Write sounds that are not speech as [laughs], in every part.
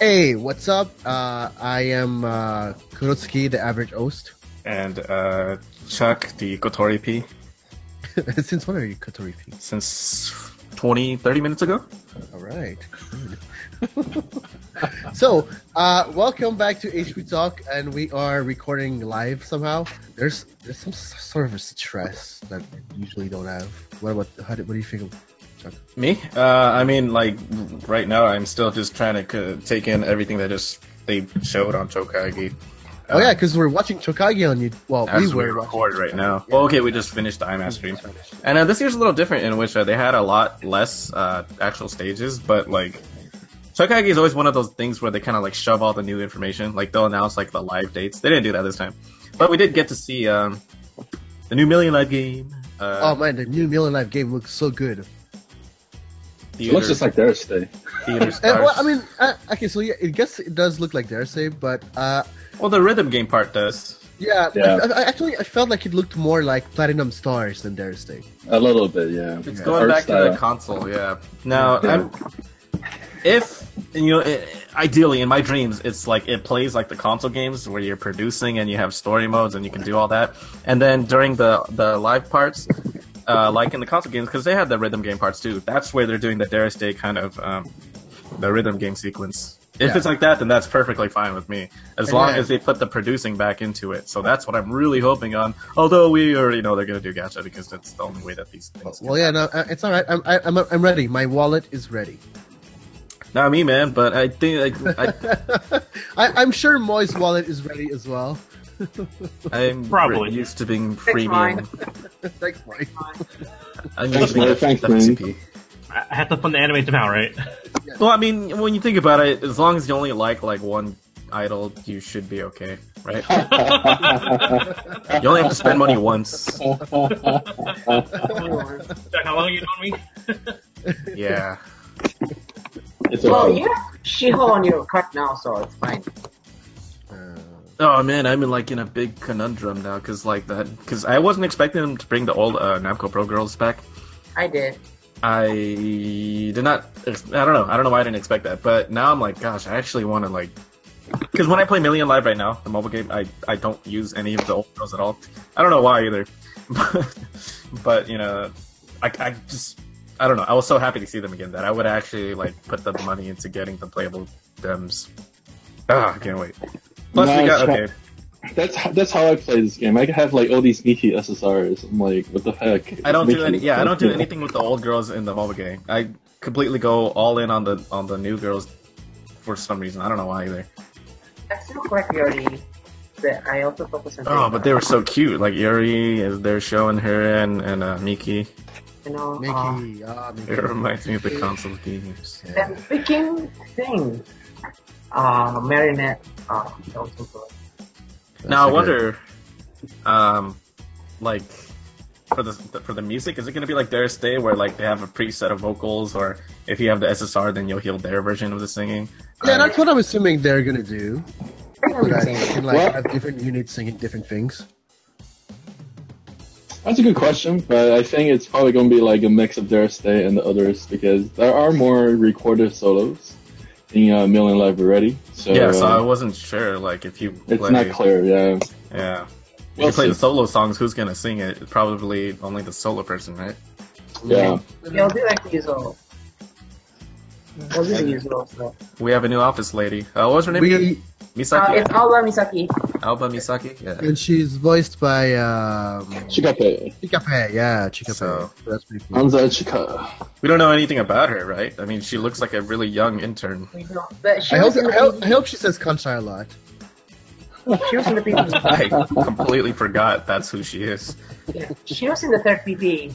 Hey, what's up? Uh, I am uh, Kurotsuki, the average host. [laughs] and uh, Chuck the Kotori P Since when are you Kotori P? since 20, 30 minutes ago. All right. [laughs] so, uh, welcome back to HP Talk, and we are recording live somehow. There's there's some s- sort of a stress that I usually don't have. What about how do, what do you think? Of, Me? Uh, I mean, like right now, I'm still just trying to c- take in everything that just they showed on Chokagi. oh yeah, because we're watching Chokagi on you. Well, we Um, As we were record watching right Chokagi. now. Well, okay, we just finished the IMAX stream, and uh, this year's a little different in which uh, they had a lot less uh, actual stages, but like Chokagi is always one of those things where they kind of like shove all the new information. Like they'll announce like the live dates. They didn't do that this time, but we did get to see um, the new Million Live game. Uh, Oh man, the new Million Life game looks so good. It looks just like theirs today. theater And, stars. well, I mean, uh, okay, so yeah, I guess it does look like Darcy, but uh, Well, the rhythm game part does. Yeah, Yeah. I, I- I actually I felt like it looked more like Platinum Stars than Dare Stay. A little bit, yeah. It's Yeah. going Art back to the style. console, yeah. Now, I'm, if you know, i ideally in my dreams, it's like it plays like the console games where you're producing and you have story modes and you can do all that. And then during the the live parts, uh, like in the console games, because they had the rhythm game parts too. That's where they're doing the Dare Stay kind of um, the rhythm game sequence. If Yeah. it's like that, then that's perfectly fine with me, as And long then- as they put the producing back into it. So that's what I'm really hoping on. Although we already know they're going to do gacha because that's the only way that these things. Well, yeah, no, uh, it's all right. I'm I, I'm I'm ready. My wallet is ready. [laughs] Not me, man, but I think I, I, I'm sure Moy's wallet is ready as well. [laughs] I am Probably. used to being mine. freemium. Thanks, Moy. I'm Thanks, used to being man. Thanks, man. FTP. I I had to fund the anime somehow, right? Well, I mean, when you think about it, as long as you only like like one idol, you should be okay, right? you only have to spend money once. Jack, how long have you known me? Yeah. It's Well, okay. you have She-Hole on your cart now, so it's fine. Uh, Oh man, I'm in like in a big conundrum now because like that because I wasn't expecting them to bring the old uh, Namco Pro girls back. I did. I did not. ex- I don't know. I don't know why I didn't expect that. But now I'm like, gosh, I actually want to like. Because when I play Million Live right now, the mobile game, I, I don't use any of the old girls at all. I don't know why either. [laughs] but you know, I, I just I don't know. I was so happy to see them again that I would actually like put the money into getting the playable dems. Ah, I can't wait. Plus we Nice got try. okay. That's how, that's how I play this game. I have like all these Mickey SSRs. I'm like, what the heck? I don't do Mickey. any. Yeah, I don't do anything with the old girls in the MOBA game. I completely go all in on the on the new girls for some reason. I don't know why either. I still collect Yori, but I also focus on. Oh, but they were so cute. Like Yuri is there showing her and and uh, Miki. you know. uh, Mickey, ah, Mickey. It reminds me of the console games. Yeah. that freaking thing. Uh, Marinette. Uh, I also collect. Now That's I a wonder, um, like for the for the music, is it gonna be like Dare Stay, where like they have a preset of vocals, or if you have the SSR, then you'll hear their version of the singing. good- Yeah, that's what I'm assuming they're gonna do. I don't So that think you so. can like Well- have different units singing different things. That's a good question, but I think it's probably going to be like a mix of their stay and the others because there are more recorded solos in uh, Million Live already. So, yeah, so I uh, wasn't sure, like if you it's play, not clear. Yeah. yeah. If We'll you play see. the solo songs, who's gonna sing it? Probably only the solo person, right? Yeah. They'll do like usual. They'll do the usual stuff. We have a new office lady. Uh, what was her name? We, Uh, Misaki. it's Alba Misaki. Alba Misaki. Yeah. and she's voiced by um, Chikape. Chikape. Yeah, Chikape. So- that's pretty cool. Anza Chika. We don't know anything about her, right? I mean, she looks like a really young intern. We know. But she I hope, was, in I, the hope, I PvP. hope she says Kansai a lot. she was in the E. PvP. [laughs] I completely forgot that's who she is. Yeah. She was in the third E PvP.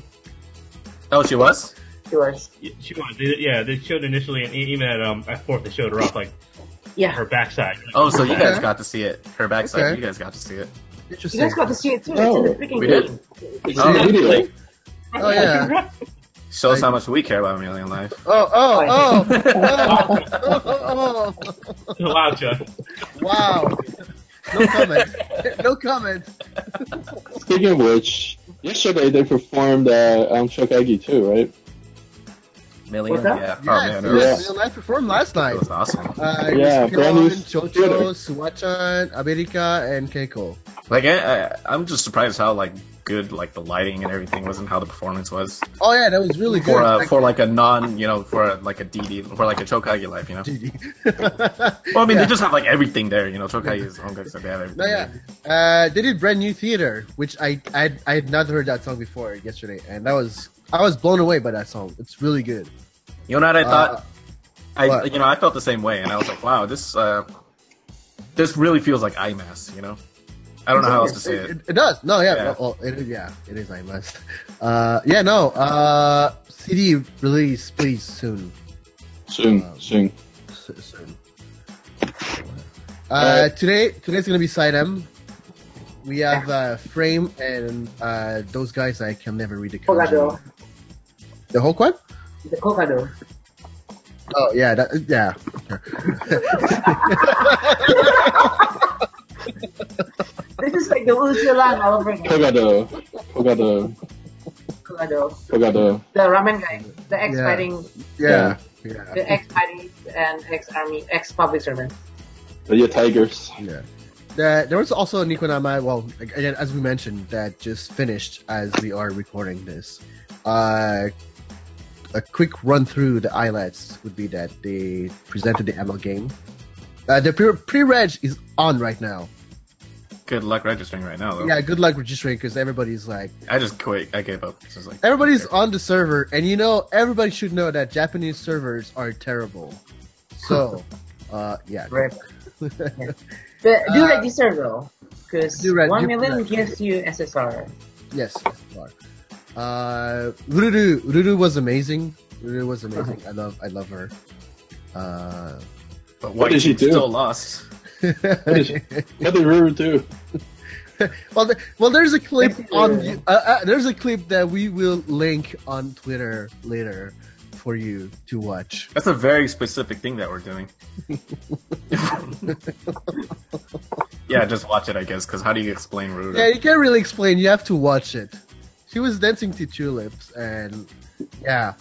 Oh, she was. She was. Y- She was. They- Yeah, they showed initially, and e- even at um at fourth, they showed her off like Yeah. her backside. Oh, so you guys Okay. got to see it. Her backside. Okay. You guys got to see it. You Interesting. guys got to see it too. That's in the Oh, freaking we game. did. It's Oh, a E. video. really? Oh, yeah. Shows how much we care about Million Life. Oh, oh, oh, oh, oh, oh, oh. [laughs] wow, Chuck. [laughs] Wow. No comment. No comment. Speaking of which, yesterday they performed uh, on Shokagi too, right? Million, that? yeah. Yes, Oh man, yeah, it was, Million Live performed last night. it was awesome. Uh, Yeah, Chris brand Pillon, new Chocho, theater. Suwachan, America, and Keiko. Like I, I, I'm just surprised how like good like the lighting and everything was and how the performance was Oh yeah, that was really good. for uh, Like- for like a non you know for a, like a DD for like a Chokage life you [laughs] know. GG. Well, I mean Yeah. they just have like everything there you know. Chokage is Honkai, so they have everything. No, yeah. there. Uh, they did brand new theater, which I I I had not heard that song before yesterday, and that was I was blown away by that song. It's really good. You know what I thought? Uh, I what? you know I felt the same way, and I was like, wow, this uh, this really feels like IMAS, you know. I don't know how else to say Uh, it, it. it does. No, yeah, Yeah. Well, it, yeah, it is. I must. Uh, yeah, no. Uh, CD release, please soon, Soon, soon. S- soon. Uh, Alright. today, today's gonna be side M. We have uh, Frame and uh, those guys. I can never read the Kokado. kanji. The whole one. The Kokado. Oh yeah, that, yeah. This is like the Usulan all over again. Kogado, Kogado, Kokado. Kogado. The ramen guy. The ex Yeah. fighting. Yeah. Yeah. The ex fighting and ex army. Ex public servant. They're your tigers. yeah. That, there was also a Nikonama, well, again, as we mentioned, that just finished as we are recording this. Uh, a quick run through the ILETs would be that they presented the ML game. Uh, the pre- pre-reg is on right now. Good luck registering right now, though. Yeah, good luck registering because everybody's like, I just quit. I gave up. It's just like everybody's on the server, and you know, everybody should know that Japanese servers are terrible. [laughs] So, uh, yeah, [laughs] Right. But do register though. Because Uh, do reg- 1 do million reg- gives you SSR. Yes, SSR. Uh, Ruru, Ruru was amazing. Ruru was amazing. I love, I love her. Uh, but What white did she team do? still lost. is- What did Ruru do? [laughs] well, the, well, there's a clip Thank you, on Ruru. uh, uh, there's a clip that we will link on Twitter later for you to watch. That's a very specific thing that [laughs] we're doing. [laughs] yeah, just watch it, I guess. Because how do you explain Ruda? Yeah, you can't really explain. You have to watch it. She was dancing to tulips, and yeah,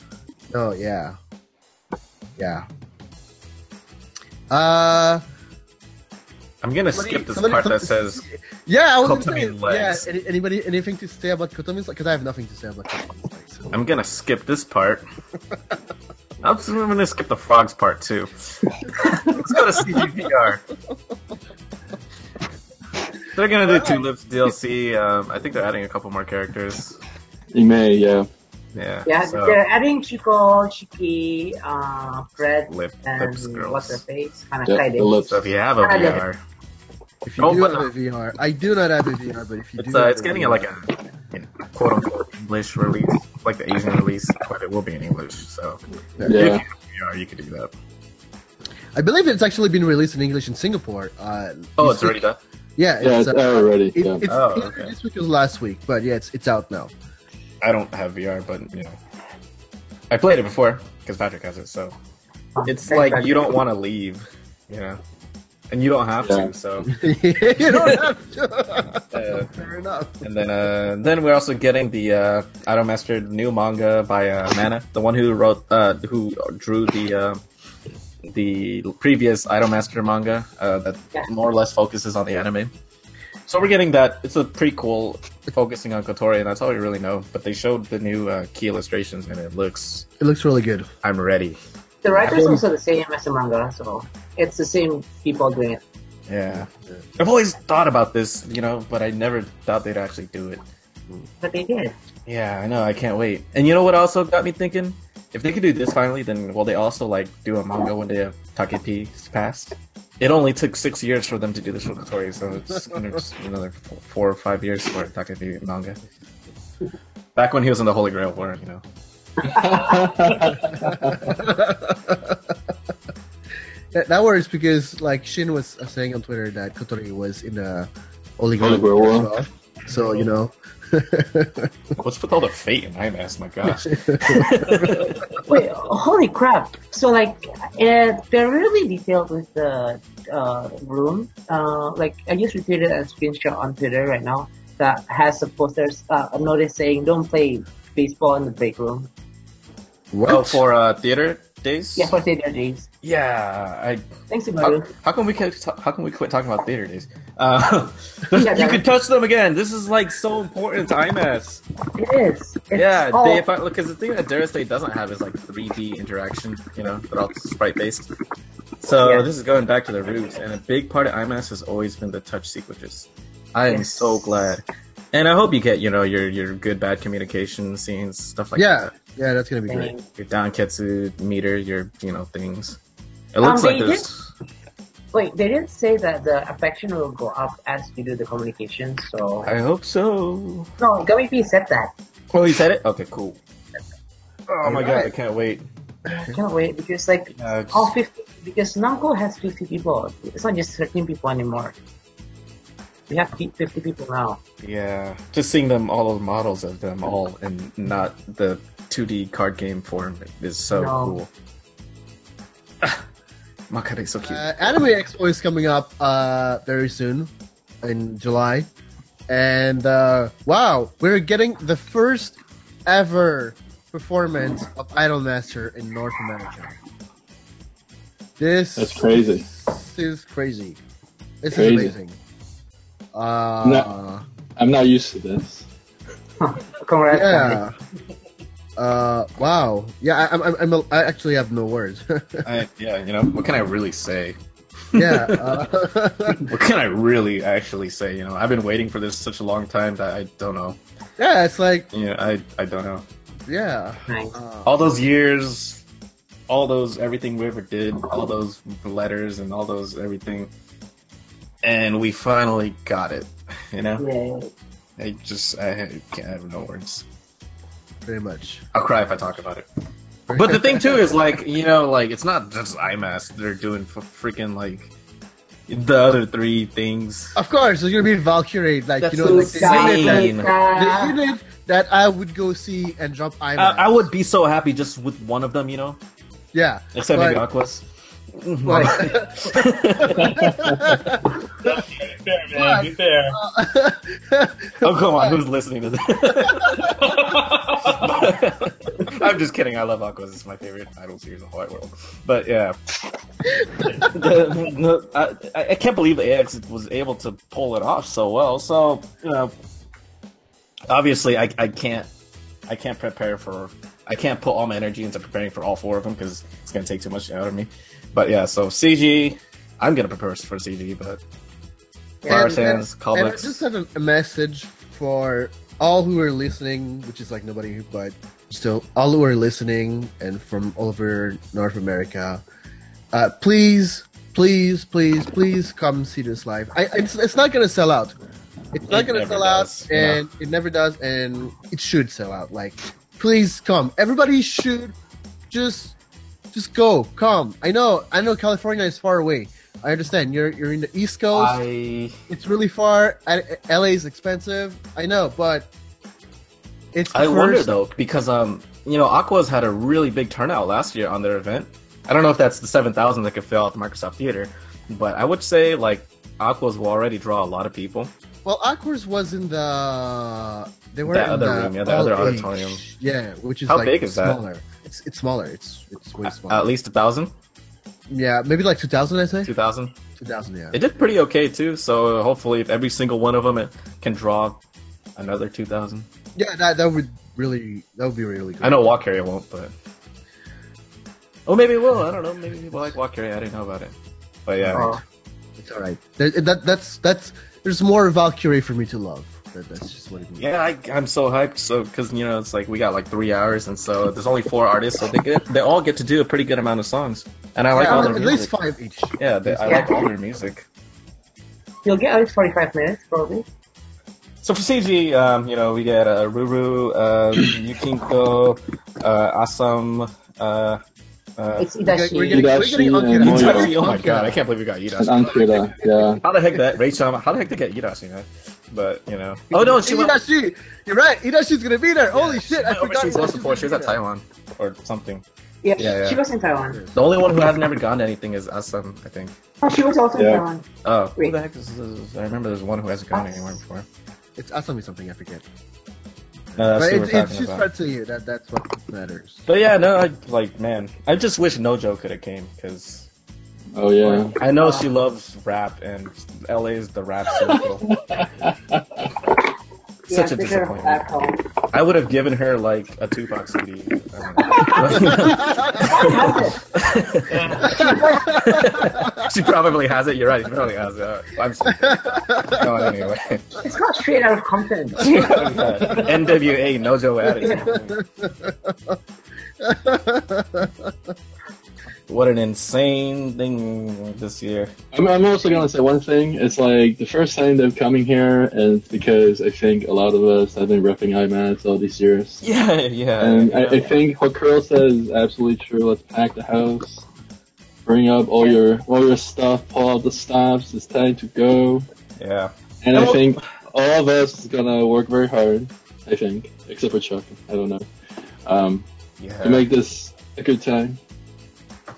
oh yeah, yeah. Uh. I'm gonna Somebody- skip this somebody- part that somebody- says Yeah, I was gonna Kotomi say, legs. Yeah, any, anybody, anything to say about Kotomi's Because I have nothing to say about Kotomi's legs. I'm gonna skip this [laughs] part. I'm just- I'm gonna skip the frogs part too. Let's go to CGPR. They're gonna do two lips DLC. Um, I think they're adding a couple more characters. He may, yeah. Yeah. Yeah, so, they're adding Chico, Chiki, uh, Fred, lip, and lips, what's her girls. face? Kind Yeah, the of lips. So if you have a Ah, yeah. VR, If you Oh, do but- have a VR, I do not have a VR, but if you it's do, uh, have it's getting a, like a you know, quote unquote English release, like the Asian release, but it will be in English. So if you Yeah. have VR, you could do that. I believe it's actually been released in English in Singapore. Uh, Oh, this it's already week- done. Yeah, it's, Yeah, it's uh, out already. it- Yeah. it's Oh, either okay. this week was last week, but yeah, it's it's out now. [laughs] I don't have VR, but you know, I played it before because Patrick has it. So it's like you don't want to leave, you know, and you don't have Yeah. to. So you don't have to. uh, Fair enough. and then uh, then we're also getting the uh, Idol Master new manga by uh, Mana, the one who wrote uh, who drew the. Uh, the previous Idolmaster manga uh, that Yeah. more or less focuses on the anime. So we're getting that. It's a prequel focusing on Kotori, and that's all we really know. But they showed the new uh, key illustrations, and it looks. It looks really good. [laughs] I'm ready. The writers Yeah. also the same as the manga, so it's the same people doing it. Yeah. I've always thought about this, you know, but I never thought they'd actually do it. But they did. Yeah, I know. I can't wait. And you know what also got me thinking? If they could do this finally, then will they also like do a manga when they have Takepi's passed? It only took six years for them to do the Shokotori, so [laughs] it's gonna just be another four, four or five years for Takepi manga. Back when he was in the Holy Grail War, you know. [laughs] That, that works because, like Shin was uh, saying on Twitter, that Kotori was in the oligarchy as Oligarchy war. well. So you know, What's with all the fate in IMAS? My [laughs] gosh. Wait, holy crap! So like, uh, they're really detailed with the uh, room. Uh, like I just retweeted a screenshot on Twitter right now that has a poster, uh, a notice saying "Don't play baseball in the break room." What? Oh, for uh, theater days. Yeah, for theater days. Yeah, I Thanks, How, Imaru. how come we quit? How can we quit talking about theater days? Uh, [laughs] Yeah, you that- could touch them again. This is like so important to IMAS. Oh, It is. It's Yeah, all- they, if I, look, because the thing that Dare State doesn't have is like 3D interaction. You know, they're all sprite based. So Yeah. this is going back to the roots, and a big part of IMAS has always been the touch sequences. I am Yes. so glad, and I hope you get you know your your good bad communication scenes stuff like yeah, that. yeah, that's gonna be great. Dang. Your Donketsu meter, your you know things. It looks Um, like they there's Wait, they didn't say that the affection will go up as you do the communication, so... I hope so. No, Gummy P said that. Oh, you said it? Okay, cool. Oh my god, Alright. I can't wait. I can't wait, because, like, Uh, just- all 50... Because Namco has 50 people. It's not just 13 people anymore. We have 50 people now. yeah, just seeing them, all the models of them all in not the 2D card game form is so No. cool. [sighs] Ah, Makare is so cute. Uh, Anime Expo is coming up uh, very soon in July, and uh, wow, we're getting the first ever performance of Idolmaster in North America. This That's crazy. is crazy. This Crazy. is amazing. Uh, No. I'm not used to this. Congrats. Gumby. Yeah. Uh, wow. Yeah, I, I'm, I'm, I'm, a- I actually have no words. [laughs] [laughs] I, Uh, yeah, you know, what can I really say? yeah. Uh, [laughs] What can I really actually say? You know, I've been waiting for this such a long time that I don't know. yeah, it's like, You know, I, I don't know. yeah. Nice. Uh, all those years, all those everything we ever did, all those letters and all those everything, and we finally got it. [laughs] You know, Yeah. I just I can't I have no words. pretty much. I'll cry if I talk about it. But the thing too is like you know like it's not just IMAS they're doing for freaking like the other three things. Of course, there's gonna be Valkyrie. Like That's you know, like the insane. unit, that, the Yeah. unit that I would go see and drop IMAX. Uh, I, I would be so happy just with one of them, you know, [laughs] Yeah. except maybe Like- Aquas. [laughs] Like, [laughs] [laughs] Be fair, man. Be fair. Oh come on, who's listening to this? [laughs] I'm just kidding. I love Aquas. It's my favorite idol series in the whole wide world. But yeah, The- [laughs] no, I, I can't believe AX was able to pull it off so well. So you know, obviously, I, I can't I can't prepare for I can't put all my energy into preparing for all four of them because it's gonna take too much out of me. But yeah, so CG, I'm gonna prepare for CG, but Bar And- Sands, and I callbacks. just have a, a message for all who are listening, which is like nobody, but still all who are listening and from all over North America. Uh, please, please, please, please come see this live. I, it's, it's not gonna sell out. It's not It gonna never sell does, out, and it never does, and it should sell out. Like, please come. Everybody should just just go. Come. I know. I know California is far away. I understand. You're you're in the East Coast I it's really far. I- LA is expensive. I know, but it's. the I wonder first- though because um you know Aqua's had a really big turnout last year on their event. I don't know if that's the seven thousand that could fill out the Microsoft Theater, but I would say like Aqua's will already draw a lot of people. Well, Aquars was in the. They were That in other the room, yeah, the other all age. auditorium. Yeah, which is How like big is that? smaller. It's it's smaller. It's it's way smaller. At least a thousand, yeah, maybe like two thousand. I say two thousand. two thousand. Yeah. They did pretty okay too. So hopefully, if every single one of them it can draw another two thousand. yeah, that that would really that would be really good. I know Walk Area won't, but oh maybe it will. I don't know. Maybe people like Walk Area. I didn't know about it, but yeah. Oh, It's all right. There, that that's that's there's more Valkyrie for me to love. That, that's just what it means. Yeah, I, I'm so hyped. So because you know it's like we got like three hours, and so there's only four artists, so they get they all get to do a pretty good amount of songs, and I like Yeah, all their at least music. five each. Yeah, they, I Yeah. like all their music. You'll get at least 45 minutes, probably. So for CG, um, you know we got uh, Ruru, uh, Yukinko, uh, Awesome. Uh, uh, It's Idashi. We're getting, we're getting, Hidashi and Akira. Moyo. Itachi. oh my god, I can't believe we got And Yurashi. Ankira, yeah. How the heck that Rachel? How the heck they get Yurashi, man? But you know, oh no, she went. Idashi, you're right. Idashi's gonna be there. Holy shit! I Went forgot. overseas once Hidashi's before. She was gonna at be Taiwan or something. Yeah, Yeah, yeah. she was in Taiwan. The only one who hasn't ever gone to anything is Awesome, I think. Oh, she was also Yeah. in Taiwan. Oh, who Wait. the heck is this? I remember there's one who hasn't gone anywhere before. there. It's Asami something. I forget. but No, that's it's, what we're it's talking just about. fun to you. That that's what matters. But yeah, no, I, like man, I just wish NoJo could have came because Oh yeah. I know she loves rap and LA is the rap circle. Such a disappointment. I would have given her like a Tupac CD. I don't know. [laughs] she probably has it. You're right. She probably has it. I'm sorry. No, anyway. It's not straight out of [laughs] Compton. NWA Nojo attitude. what an insane thing this year. [laughs] I'm, I'm also gonna say one thing. It's like the first time they're coming here, and it's because I think a lot of us have been repping IMAX all these years. Yeah, yeah. And I, I think what Curl says is absolutely true. Let's pack the house, bring up all your all your stuff, pull out the stops. It's time to go. yeah. And And I what- think all of us is gonna work very hard. I think, except for Chuck. I don't know. Um, Yeah. to make this a good time.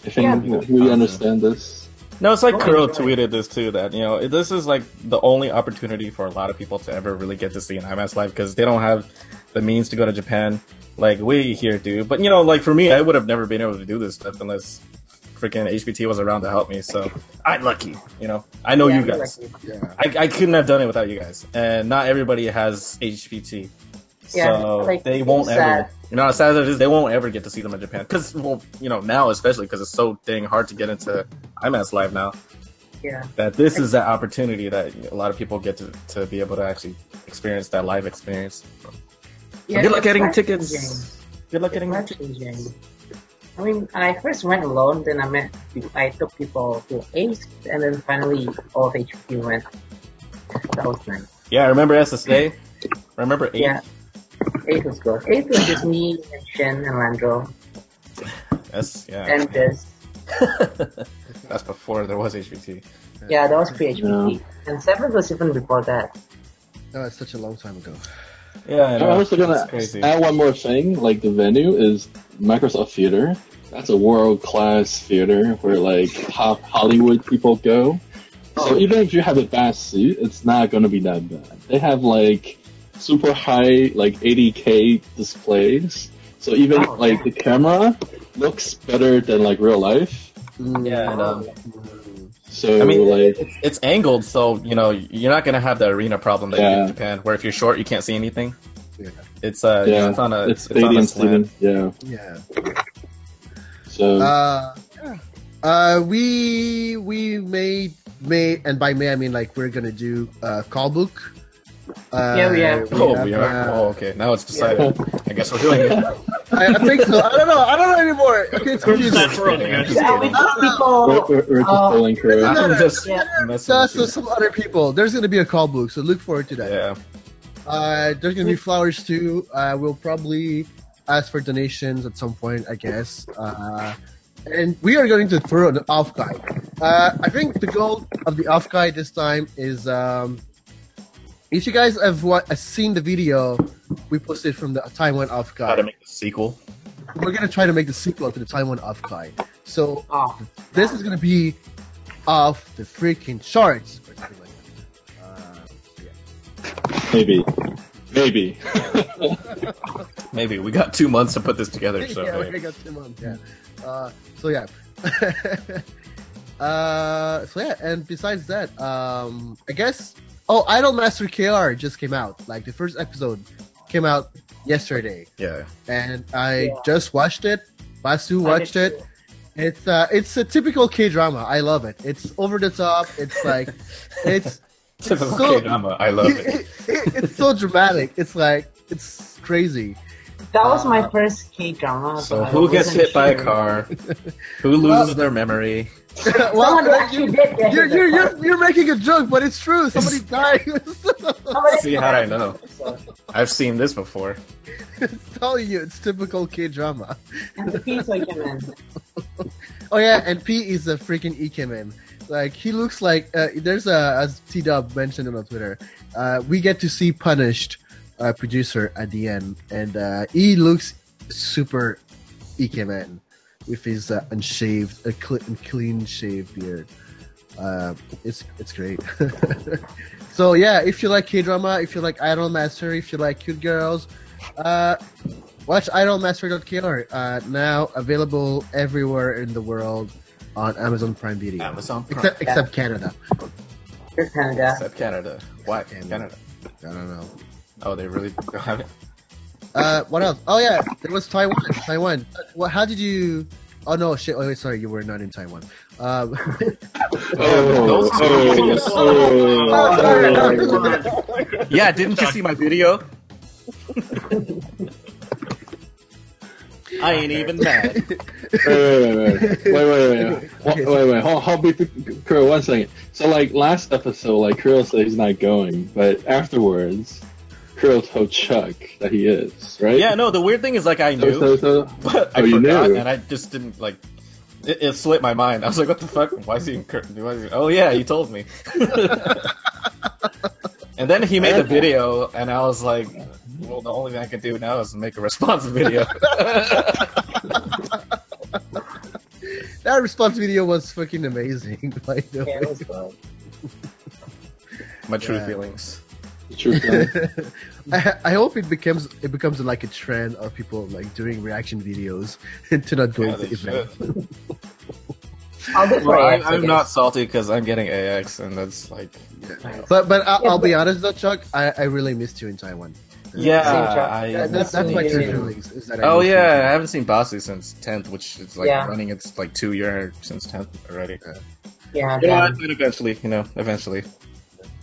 I think Yeah. we understand this. No, it's like Oh, Kuro right. tweeted this too that you know this is like the only opportunity for a lot of people to ever really get to see an IMAX live because they don't have the means to go to Japan like we here do. But you know, like for me, I would have never been able to do this stuff unless freaking HBT was around to help me. So I'm lucky, you know. I know you guys. Yeah. I, I couldn't have done it without you guys, and not everybody has HPT, Yeah, so like, they won't it's sad. ever. You know, as sad as it is, they won't ever get to see them in Japan because, well, you know, now especially because it's so dang hard to get into IMAX Live now. Yeah. That this is that opportunity that a lot of people get to, to be able to actually experience that live experience. So yeah good luck it's getting life tickets. Good luck changing. getting. Life changing. I mean, I first went alone, then I met, I took people to Ace, and then finally all of HQ went. That was nice. Yeah, I remember SSA. Remember eight. Yeah. Ace was good. Ace was just me and Shen and Landro S, yeah. and this. That's before there was HPT. Yeah, that was PHP. And Seven was even before [laughs] that. No, it's such a long time ago. Yeah, I I'm know. also gonna It's crazy. add one more thing. Like the venue is Microsoft Theater. That's a world class theater where like top Hollywood people go. Oh. So even if you have a bad seat, it's not gonna be that bad. They have like super high like 80k displays. So even Oh, like the camera looks better than like real life. Yeah, I know. Mm. Mm. So I mean, like it's, it's angled, so you know you're not gonna have the arena problem that you do Yeah. in Japan, where if you're short, you can't see anything. Yeah. It's uh, Yeah. it's on a it's it's, it's on stadium a slant. seating. Yeah. Yeah. So [laughs] Uh, yeah. Uh, we we may may and by may I mean like we're gonna do uh call book. Uh, Yeah, we are. Oh, we are. uh, Oh, okay. Now it's decided. I guess we're doing [laughs] it. I, I think so. I don't know. I don't know anymore. Okay, it's confusing. That's wrong, guys. Just Yeah, we kidding. took we're, people. we're, we're just uh, pulling through. it's I'm just Yeah. messing That's with you. with some other people. There's gonna be a call book, so look forward to that. Yeah. Uh, there's gonna be flowers too. Uh, we'll probably ask for donations at some point, I guess. Uh, and we are going to throw an off guy. Uh, I think the goal of the off guy this time is um, if you guys have wa- uh, seen the video we posted from the Taiwan off How guy, to make a sequel? we're gonna try to make the sequel to the Taiwan off guy. So Oh, this is gonna be off the freaking charts. or something like that. Uh, Maybe. Maybe. Maybe we got two months to put this together. So yeah, hey. we already got two months. Yeah. Uh, so yeah. [laughs] uh, so yeah, and besides that, um, I guess. Oh, Idol Master KR just came out. Like the first episode came out yesterday, yeah. and I Yeah. just watched it. Basu I watched did it. It's uh, it's a typical K drama. I love it. It's over the top. [laughs] It's like, it's Typical So- K-drama. I [laughs] love it. it's so dramatic. It's like it's crazy. That was my Uh, first K drama. So who gets hit by a car? Who loses their [laughs] memory? [laughs] Someone like, actually did get hit You're, by you're, a car. you're, you're making a joke, but it's true. [laughs] Somebody died. [laughs] Somebody- See how I know. I've seen this before. it's telling you, it's typical K drama. And the piece I came in. Oh yeah, and P is a freaking Ikemen. Like he looks like uh, there's a as T Dub mentioned it on Twitter. Uh, we get to see punished uh, producer at the end, and uh, he looks super Ikemen with his uh, unshaved, uh, cl- clean shaved beard. Uh, it's it's great. [laughs] so yeah, if you like K drama, if you like Idol Master, if you like cute girls, Uh, watch idolmaster.kr. Uh, now available everywhere in the world on Amazon Prime Video, Amazon Prime. except except Canada. Just [laughs] Canada. Except Canada. Why Canada. Canada? I don't know. Oh, they really don't have [laughs] it. Uh, what else? Oh yeah, there was Taiwan. Taiwan. Uh, What? How did you? Oh no, shit. Oh wait, sorry, you were not in Taiwan. Um, [laughs] those- Yeah, didn't you see my [laughs] video? I ain't even [laughs] mad. wait, wait, wait, wait, wait, wait, wait, Okay, wait, wait, wait. Hold, hold, Kirill, one second. So, like last episode, like Kirill said he's not going, but afterwards, Kirill told Chuck that he is, right? Yeah, no. The weird thing is, like, I So, so, knew, so, [laughs] but I Oh, you forgot, knew. and I just didn't like. It, it slipped my mind. I was like, "What the fuck? Why is he? Incur- why is he- oh yeah, he told me." [laughs] and then he made the video, and I was like, "Well, the only thing I can do now is make a response [laughs] video." that response video was fucking amazing. [laughs] By the Yeah, way. it was fun. my true Yeah. feelings. true. Kirill. I, I hope it becomes it becomes like a trend of people like doing reaction videos [laughs] to not going Yeah, to they event. I'll go for Well, AX, I, I'm guess. not salty because I'm getting AX, and that's like, Nice. But but I, Yeah, I'll be but- honest though, Chuck, I, I really missed you in Taiwan. yeah, Same job. I, That- that's, that's missed my you. true feelings. Is that I Oh missed you. yeah, I haven't seen Bossy since 10th, which is like Yeah. running its like two year since 10th already. Yeah, You know yeah. what? And eventually, you know, eventually.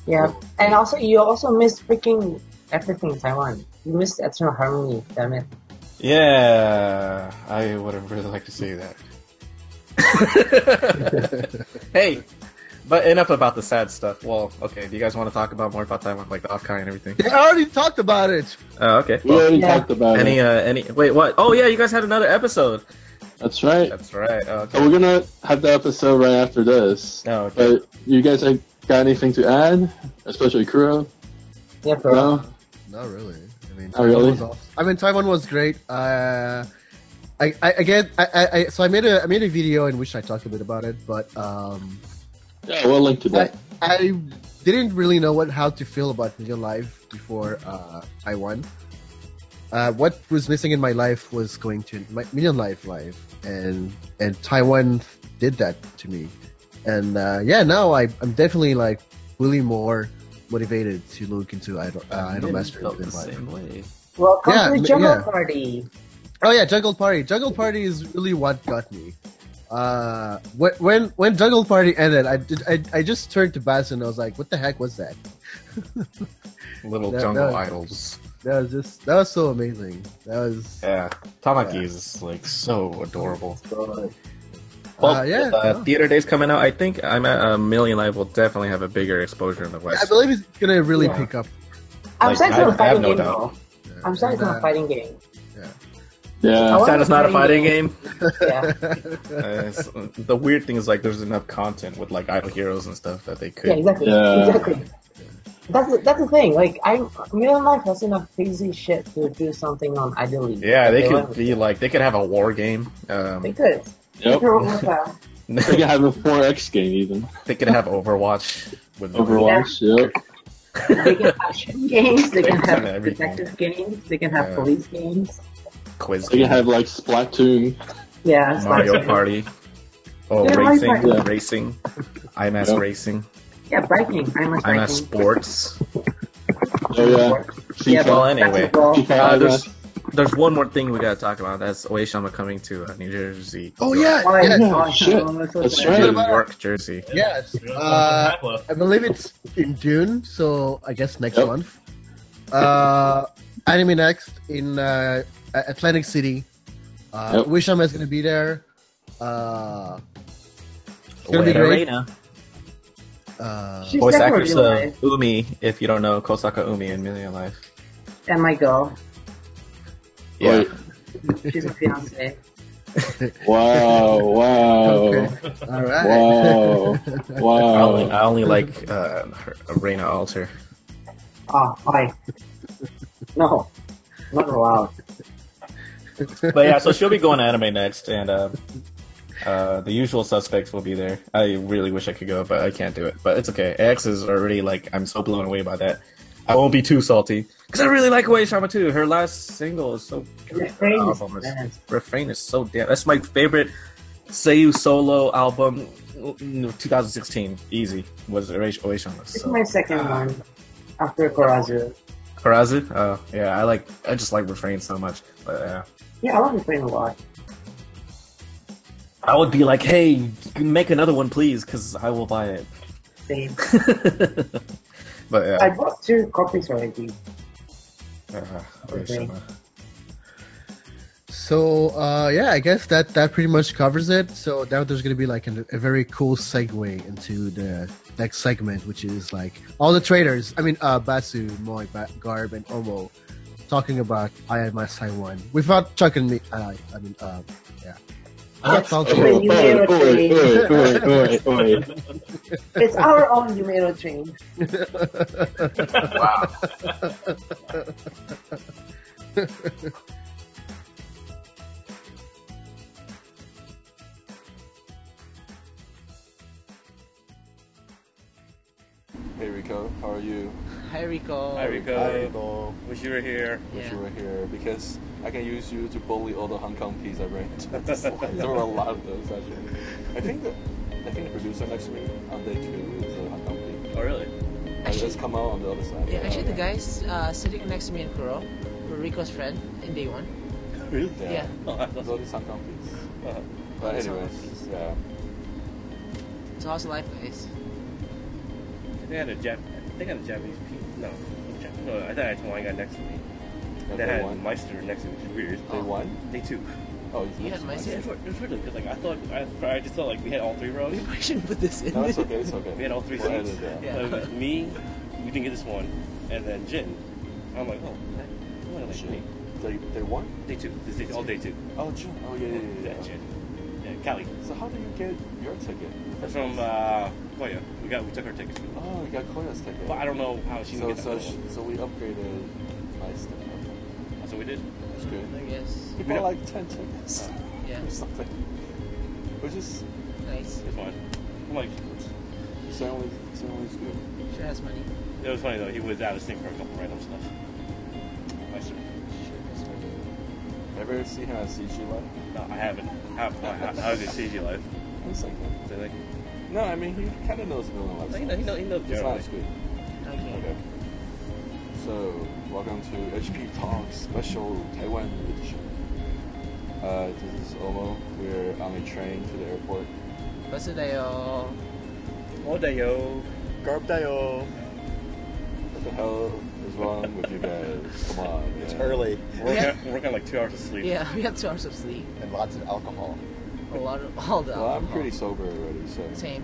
Yeah, and also you also missed freaking everything in Taiwan. You missed Eternal Harmony. Damn it. Yeah, I would have really liked to see that. [laughs] hey, but enough about the sad stuff. Well, okay, do you guys want to talk about more about Taiwan, like the Afkai and everything? I already talked about it. Oh, okay. We already Yeah. talked about Any, it. uh, any, wait, what? Oh, yeah, you guys had another episode. That's right. That's right. Oh, So Okay. we're gonna have the episode right after this. Oh, okay. But you guys have got anything to add? Especially Kuro? Yeah, bro. No? Not really. I mean, Oh, really? Taiwan was awesome. I mean, Taiwan was great. Uh, I, I again, I, I, I so I made a I made a video in which I talked a bit about it, but um, Yeah, we'll link to that. I didn't really know what how to feel about New life before uh, I won. Uh, what was missing in my life was going to my Million Life life, and and Taiwan did that to me, and uh, yeah, now I I'm definitely like really more motivated to look into Idol uh, Idol Master. Felt Million the Life. same way. Welcome Yeah, to the m- jungle yeah. party. Oh yeah, Jungle Party. Jungle Party is really what got me. Uh, wh- when when Jungle Party ended, I did, I, I just turned to Bass and I was like, "What the heck was that?" Little That- jungle that- idols. That was just that was so amazing. That was Yeah, Tamaki is like so adorable. Well, uh, yeah. uh, no. theater days coming out. I think I'm at a million live will definitely have a bigger exposure in the I west. believe it's gonna really Yeah. pick up. I'm Like, sad it's I- not a I fighting have no game doubt. though. Yeah. I'm sad it's And, not a fighting [laughs] game. I Yeah. want Sad a it's not a fighting game. Yeah, uh, Uh, it's- the weird thing is like there's enough content with like idol heroes and stuff that they could. yeah, exactly, Yeah. exactly. That's the, that's the thing. Like, I real life has enough crazy shit to do something on ideally. Yeah, they want could to. be like they could have a war game. They Um, could. [laughs] Yep. yeah, We can have a 4X game even. they could have Overwatch with Overwatch, yep. they can have shooting games. They They can can have have everything. detective games. They can have Yeah. police games. quiz, We game, can have like Splatoon. Yeah, it's like- Mario Party, oh Yeah, Mario racing, Party. racing, IMAS Yeah. racing, yeah, biking. I must IMAS biking. sports. Oh yeah. Yeah, FIFA. Well, but anyway. basketball. FIFA Uh, Iron Man. there's there's one more thing we gotta talk about. That's Oeshama coming to uh, New Jersey. [laughs] oh yeah, Why? yes, yeah, Why? shit. Oh, so That's sad. New right. York, Jersey. [laughs] yes. Uh, I believe it's in June, so I guess next Yep. month. Uh, Anime Next in uh, A- Atlantic City. Uh, Yep. Wisham is going to be there. Uh, it's going to be great. Uh, She's Voice definitely actress alive. of Umi, if you don't know Kosaka Umi in Million Life. Oh, And my girl. Yeah. Wait. She's a fiance. Wow, wow. Okay. all right. Wow. I only, Wow. I only like uh, her, Reina Alter. Oh, hi. No. Not allowed. But yeah, so she'll be going to anime next, and uh, uh, the usual suspects will be there. I really wish I could go, but I can't do it. But it's okay. AX is already like I'm so blown away by that. I won't be too salty because I really like Away Shama too. Her last single is so good. Refrain Her is album is- best. refrain is so damn. That's my favorite Seiyu solo album. mm, 2016, easy was Away Shama. This is So. my second one after Korazu. Karazu, uh, yeah, I like. I just like refrain so much. But yeah. Yeah, I love Refrain a lot. I would be like, hey, make another one, please, because I will buy it. Same. [laughs] but yeah. I bought two copies already. Uh, Urashima. [laughs] So uh, yeah, I guess that that pretty much covers it. So now there's gonna be like an, a very cool segue into the next segment, which is like all the traders. I mean, uh, Basu, Moi, ba- Garb, and Omo talking about I am my One without Chuck and me. Uh, I mean, uh, yeah. Ah. That sounds Okay. cool. Oi, oi, oi, oi, oi, oi, oi. It's our own Yumero train. Hey Rico, how are you? Hi Rico. Hi, Rico. Hi Rico. Wish you were here. Wish Yeah. you were here because I can use you to bully all the Hong Kong teas I bring. [laughs] [laughs] there were a lot of those actually. I think the, I think the producer next week on day two is a Hong Kong tea. Oh, really? Actually, Actually, just come out on the other side. yeah, actually the guys uh, sitting next to me in Kuro were Rico's friend in day one. Really? Yeah. Oh, There's all these Hong Kong teas. Uh-huh. But It's anyways, Hong Kong teas. yeah. So how's life, guys? They had a Jap. I think I had a Japanese people. No, Jap- no, I thought I had one guy next to me. yeah They day had one. Meister next to me, which is weird. Day one. They too. Oh, you Yeah, finished my one. sister. It was, it was really good. Like I thought, I, I just thought like we had all three rows. We probably shouldn't put this in. No, [laughs] it's okay. It's okay. We had all three We'll seats. edit it out. Yeah. So it was me, we didn't get this one, and then Jin. I'm like, oh, I want to Shit. like me. Day, day one. Day two. This day, all day two. Oh, June. Oh yeah, yeah, yeah. Yeah, yeah. Jin. Yeah, Cali. So how do you get your ticket? That's from uh, Koya. We got we took our tickets. Oh, you got Koya's ticket. But I don't know how she So didn't so, get that sh- one. so we upgraded my stuff. Okay, So we did. That's I good. guess. We We bought don't- like ten tickets [laughs] Yeah. or something, which is Nice. It's fine. I'm like, certainly certainly is good. Sure has money. it was funny though. He was out of sync for a couple random stuff. My sir. Sure has money. Ever see him at CG Live? No, I haven't. How, how, how is it CG life? One second. So like, No, I mean he kind of knows Villain Live. like, you know, he know, he knows It's generally. not as good. Okay. Okay. So welcome to HP Talk Special Taiwan Edition. Uh, this is Omo. We're on a train to the airport. Basudayo. Oh, Odayo. Garpdayo. What the hell is wrong with you guys? Come [laughs] on. It's man. early We're Yeah. working, working like two hours of sleep. Yeah, we had two hours of sleep. and lots of alcohol. A lot of all the. Well, I'm alcohol. pretty sober already, so. Same.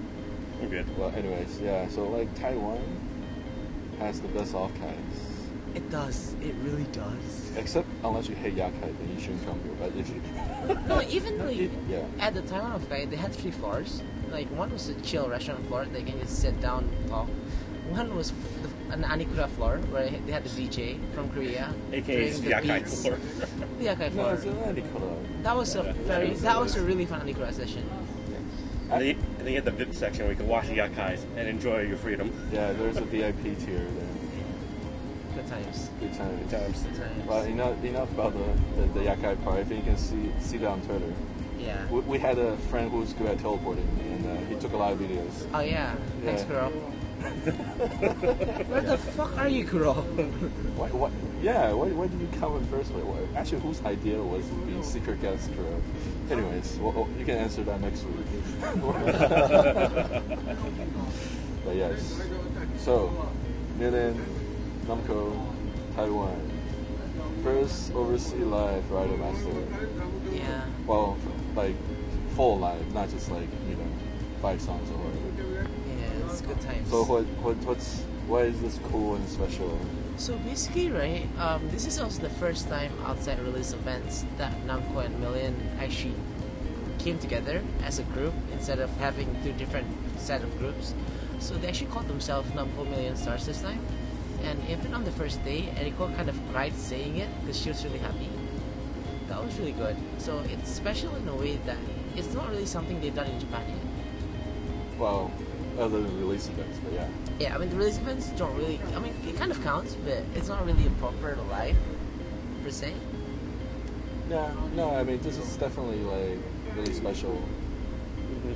We're good. Well, anyways, yeah. So like Taiwan has the best offkites, It does. It really does. except unless you hate yakai, then you shouldn't come here. But if you, No, even like yeah, at the Taiwan of Kai, they had three floors. Like one was a chill restaurant floor that you can just sit down and talk. One was the, an anikura floor where they had the DJ from Korea. AKA doing the Yakai beats. Floor. The Yakai no, floor. it's not Nicola. That was a Yeah, very yeah. that was a really fun anikura session. And then, and then you have the VIP section where you can watch the Yakais and enjoy your freedom. Yeah, there's a VIP tier there. Good times. Good times. Good times. Good times. Well, enough, enough about the, the, the yakai part. I think you can see see that on Twitter. Yeah. We, we had a friend who's good at teleporting, and uh, he took a lot of videos. Oh yeah. Thanks, Yeah. [laughs] Kuro. Where the fuck are you, Kuro? Why, why, yeah, why, why did you come in first place? Why- Actually, whose idea was the secret guest room? Anyways, well, oh, you can answer that next week. [laughs] but yes, so Nilin, Namco, Taiwan, first overseas live Rider Master. yeah. Well, like full live, not just like you know five songs or whatever. Yeah. It's good times. So what, what, what's, why is this cool and special? So basically, right, um, this is also the first time outside release events that Namco and Million actually came together as a group instead of having two different set of groups. So they actually called themselves Namco Million Stars this time. And even on the first day, Eriko kind of cried saying it because she was really happy. That was really good. So it's special in a way that it's not really something they've done in Japan yet. Well, Other than release events, but yeah. Yeah, I mean the release events don't really. I mean it kind of counts, but it's not really a proper live per se. No, no, I mean, this is definitely like really special.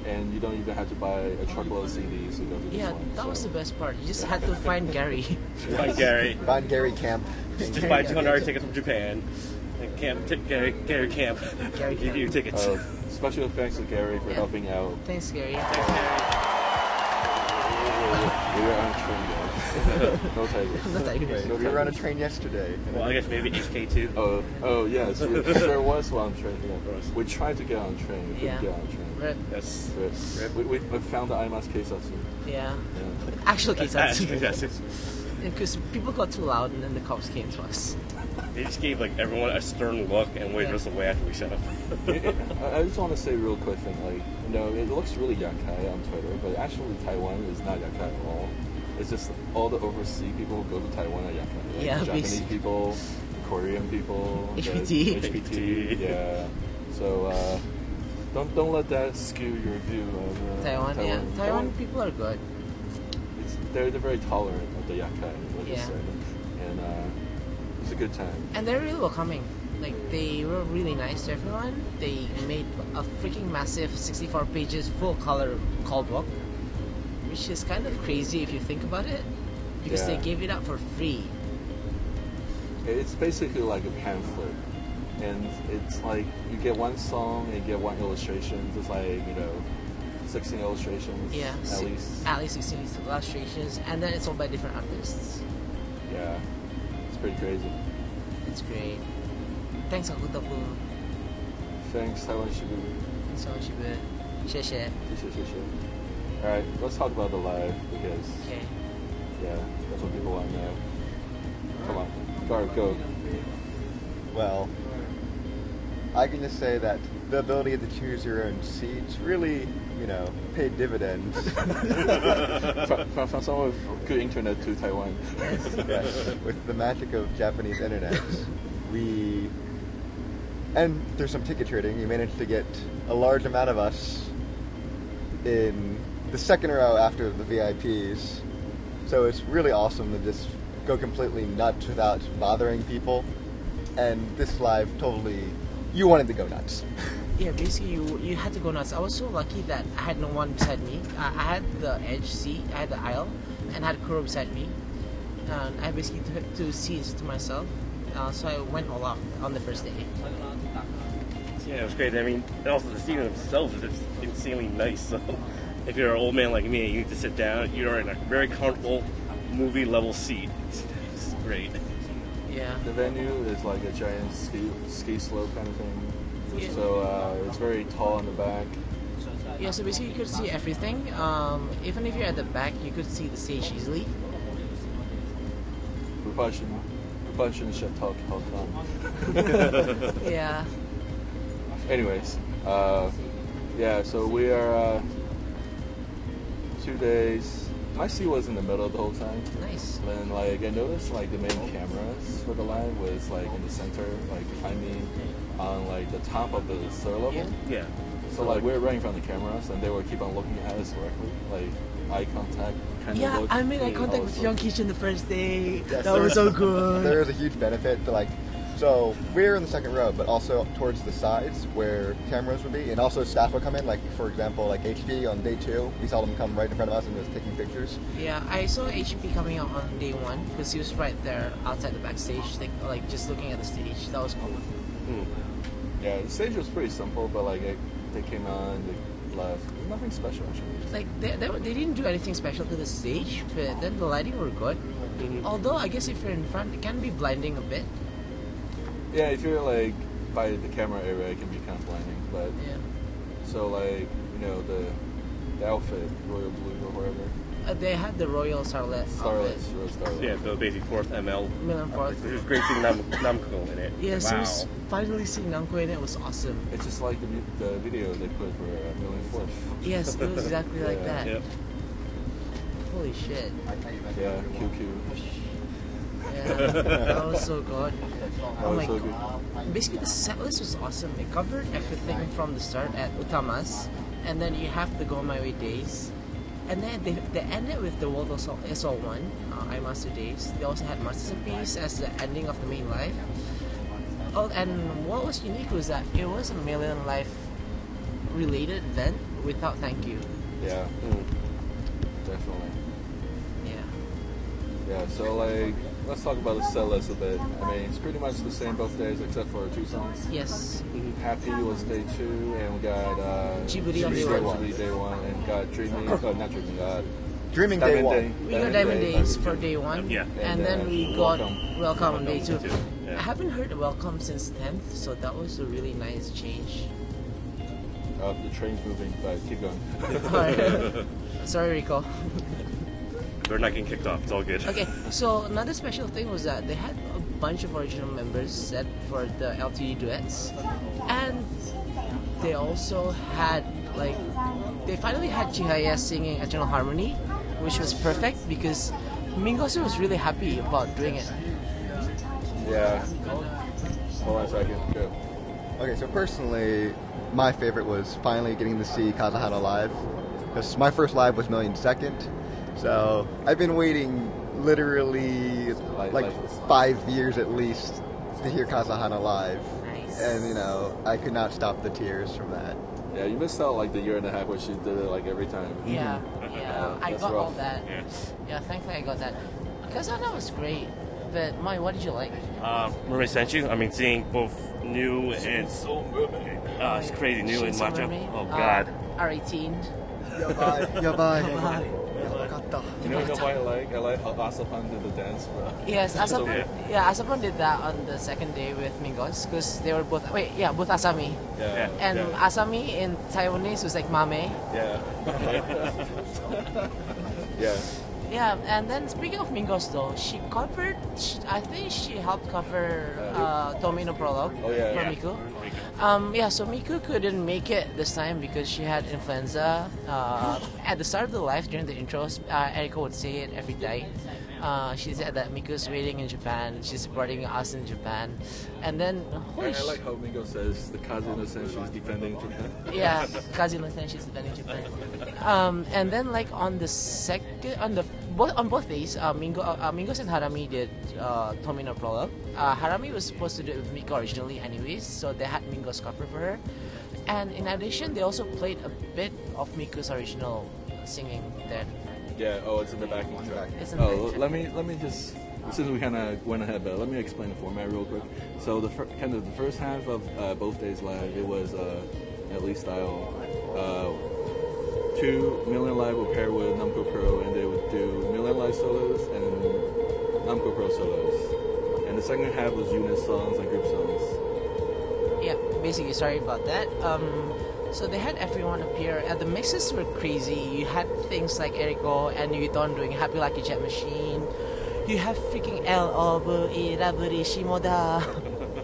And you don't even have to buy a truckload of CDs to go to this Yeah, one. that so. was the best part. You just had to find Gary. [laughs] Bye, Gary. Von Gary Camp. Just, just buy two hundred dollar tickets from Japan. Like camp, t- Gary, Gary Camp. Gary Give you tickets. Uh, special thanks to Gary for Yeah. helping out. Thanks, Gary. We were on a train, guys. [laughs] no tigers. No tigers. No We were on a tigers. train yesterday. well, I guess maybe HK two. Oh, oh yes, we, there was one train. Yeah. We tried to get on a train. We couldn't Yeah. get on a train. Right, That's But We, we, we found the IMAX case up soon. Yeah. Yeah. [laughs] Actual case that's out. [laughs] that's it. Because people got too loud and then the cops came to us. They just gave like everyone a stern look and waved Yeah. us away after we shut up. I, I just want to say real quick thing, like, you know, it looks really yakai on Twitter, but actually Taiwan is not yakai at all. It's just all the overseas people who go to Taiwan are yakai. Like, Yeah, Japanese basically. people, Korean people, the HPT. HPT, yeah. So uh, don't don't let that skew your view of uh, Taiwan, yeah. Taiwan, people are good. it's, they're, they're very tolerant of the yakai, like Yeah. you said, and uh, it's a good time. And they're really welcoming. Like, they were really nice to everyone. They made a freaking massive 64 pages full color call book, which is kind of crazy if you think about it, because they Yeah. gave it out for free. It's basically like a pamphlet, and it's like you get one song and you get one illustration. It's like you know, sixteen illustrations. Yeah, Ah. at si- least. At least 16 illustrations, and then it's all by different artists. yeah, it's pretty crazy. It's great. Thanks, Uncle Tapu. Thanks, Taiwan Shibu. Thanks so much, Ibu. Share, share. All right, let's talk about the live because Okay. yeah, that's what people want to know. Come on, guard, go. Well, I'm going to say that the ability to choose your own seats really, you know, paid dividends. from, from, from someone with good internet to Taiwan. [laughs] Yes, with the magic of Japanese internet, we and through some ticket trading, we managed to get a large amount of us in the second row after the VIPs. So it's really awesome to just go completely nuts without bothering people. And this live totally, you wanted to go nuts. Yeah, basically you you had to go nuts. I was so lucky that I had no one beside me. I, I had the edge seat, I had the aisle, and I had Kuro beside me. And I basically took two seats to myself. Uh, so I went all out on the first day. Yeah, it was great. I mean, and also the scene themselves is just insanely nice. So, [laughs] if you're an old man like me and you need to sit down, you're in a very comfortable movie level seat. It's, it's great. Yeah. The venue is like a giant ski, ski slope kind of thing. Yeah. So uh, it's very tall in the back. Yeah, so basically you could see everything. Um, even if you're at the back, you could see the stage easily. We probably shouldn't, we probably shouldn't shut talk, talk [laughs] on. Yeah. Anyways, uh, yeah, so we are uh, two days. My seat was in the middle the whole time. Nice. And like I noticed like the main cameras for the live was like in the center, like behind me on like the top of the third level. Yeah. Yeah. So like we were running from the cameras and they would keep on looking at us directly, like eye contact kind of Yeah, look. I made eye contact Oh, with so- Young Kitchen the first day. Yes, that there was was- so good. There is a huge benefit to like, so we're in the second row, but also towards the sides where cameras would be, and also staff would come in. Like for example, like HP on day two, we saw them come right in front of us and just taking pictures. Yeah, I saw HP coming out on day one because he was right there outside the backstage, like, like just looking at the stage. That was cool. Yeah, the stage was pretty simple, but like it, they came on, they left. Nothing special actually. Like they, they, they didn't do anything special to the stage, but then the lighting were good. Although I guess if you're in front, it can be blinding a bit. Yeah, if you're like by the camera area, it can be kind of blinding. But Yeah. so like you know the, the outfit, royal blue or whatever, Uh, they had the Royal Starlet outfit. starlight, royal starlight. Yeah, the basic fourth ML. Milan Fourth. It was great seeing Nam- Namco in it. Yeah, so wow. s- finally seeing Namco in it was awesome. It's just like the, mu- the video they put for uh, Million Fourth. Yes, it was exactly like that. Yep. Holy shit. I can't even. Yeah, Oh QQ. Yeah, [laughs] that was so good. Oh was my so good. god. Basically, the set list was awesome. It covered everything from the start at Utama's, and then you have the Go My Way days, and then they, they ended with the World of Sol- SL1, uh, I Master Days. They also had Masters of Peace as the ending of the main life. Oh, and what was unique was that it was a Million Life related event without thank you. Yeah, definitely. Yeah. Yeah, so like, let's talk about the set list a bit. I mean, it's pretty much the same both days except for two songs. Yes. Happy was day two, and we got uh, Djibouti Mm-hmm. on day one. Djibouti day one, and got Dreaming, uh, not Dreaming, got Dreaming Day Diamond One. Day. We got Diamond Day. Days for day one. Yeah. And And, then uh, we got Welcome. Welcome on day two. Welcome, yeah. I haven't heard Welcome since 10th, so that was a really nice [laughs] change. Uh, the train's moving, but keep going. Alright. Sorry, Rico. We're not getting kicked off. It's all good. Okay, so another special thing was that they had a bunch of original members set for the LTD duets, and they also had like they finally had Chihaya singing Eternal Harmony, which was perfect because Mingosu was really happy about doing it. Mm-hmm. yeah. Hold on a second. Go. Okay, so personally, my favorite was finally getting to see Kazahana live. Because my first live was Million Second. So I've been waiting literally Like- like like- five years at least to hear Kazahana live. Nice. And you know, I could not stop the tears from that. Yeah, you missed out like the year and a half where she did it like every time. Yeah, yeah, I That's got all rough. that. Yeah. Yeah, thankfully I got that. Kazana was great, but Mai, what did you like? Uh, Mermaid sent you. I mean, seeing both new and uh, it's crazy new and Shinsu matcha. Mermaid? Oh Uh, God. R18. Yabai, [laughs] yabai, yabai. You know, you know why I like? I like how Asapan did the dance, bro. Yes, Asap. So- Yeah, Asapon did that on the second day with Mingos because they were both. Wait, yeah, both Asami. Yeah. And yeah. Asami in Taiwanese was like mame. Yeah. yeah. Yeah, and then speaking of Mingos though, she covered. She, I think she helped cover uh, Tomino Prologue Oh, yeah, for yeah. Miku. Um, yeah, so Miku couldn't make it this time because she had influenza. Uh, at the start of the live during the intros, uh, Erika would say it every night. Uh, she said that Miku's waiting in Japan. She's supporting us in Japan, and then holy And I sh- like how Mingo says the Kazuno says she's defending Japan. yeah, Kazi Listen, she's defending Japan. Um, and then like on the second, on the both on both days, uh, Mingo, uh, Mingos and Harami did uh, Tomino Prologue. Uh, Harami was supposed to do it with Mika originally, anyways, so they had Mingo's cover for her. And in addition, they also played a bit of Miku's original singing there. Yeah. Oh, it's in the backing track. It's in the Oh, backing let me let me just since we kind of went ahead, but let me explain the format real quick. So the fir- kind of the first half of uh, both days live, it was uh, at least style. Uh, two Million Live will pair with Namco Pro, and they would do Million Live solos and Namco Pro solos. And the second half was unit songs and group songs. Yeah, basically, sorry about that. Um, so they had everyone appear. Uh, the mixes were crazy. You had things like Eriko and Yuton doing Happy Lucky Jet Machine. You have freaking L Obu Iraburi Shimoda. [laughs]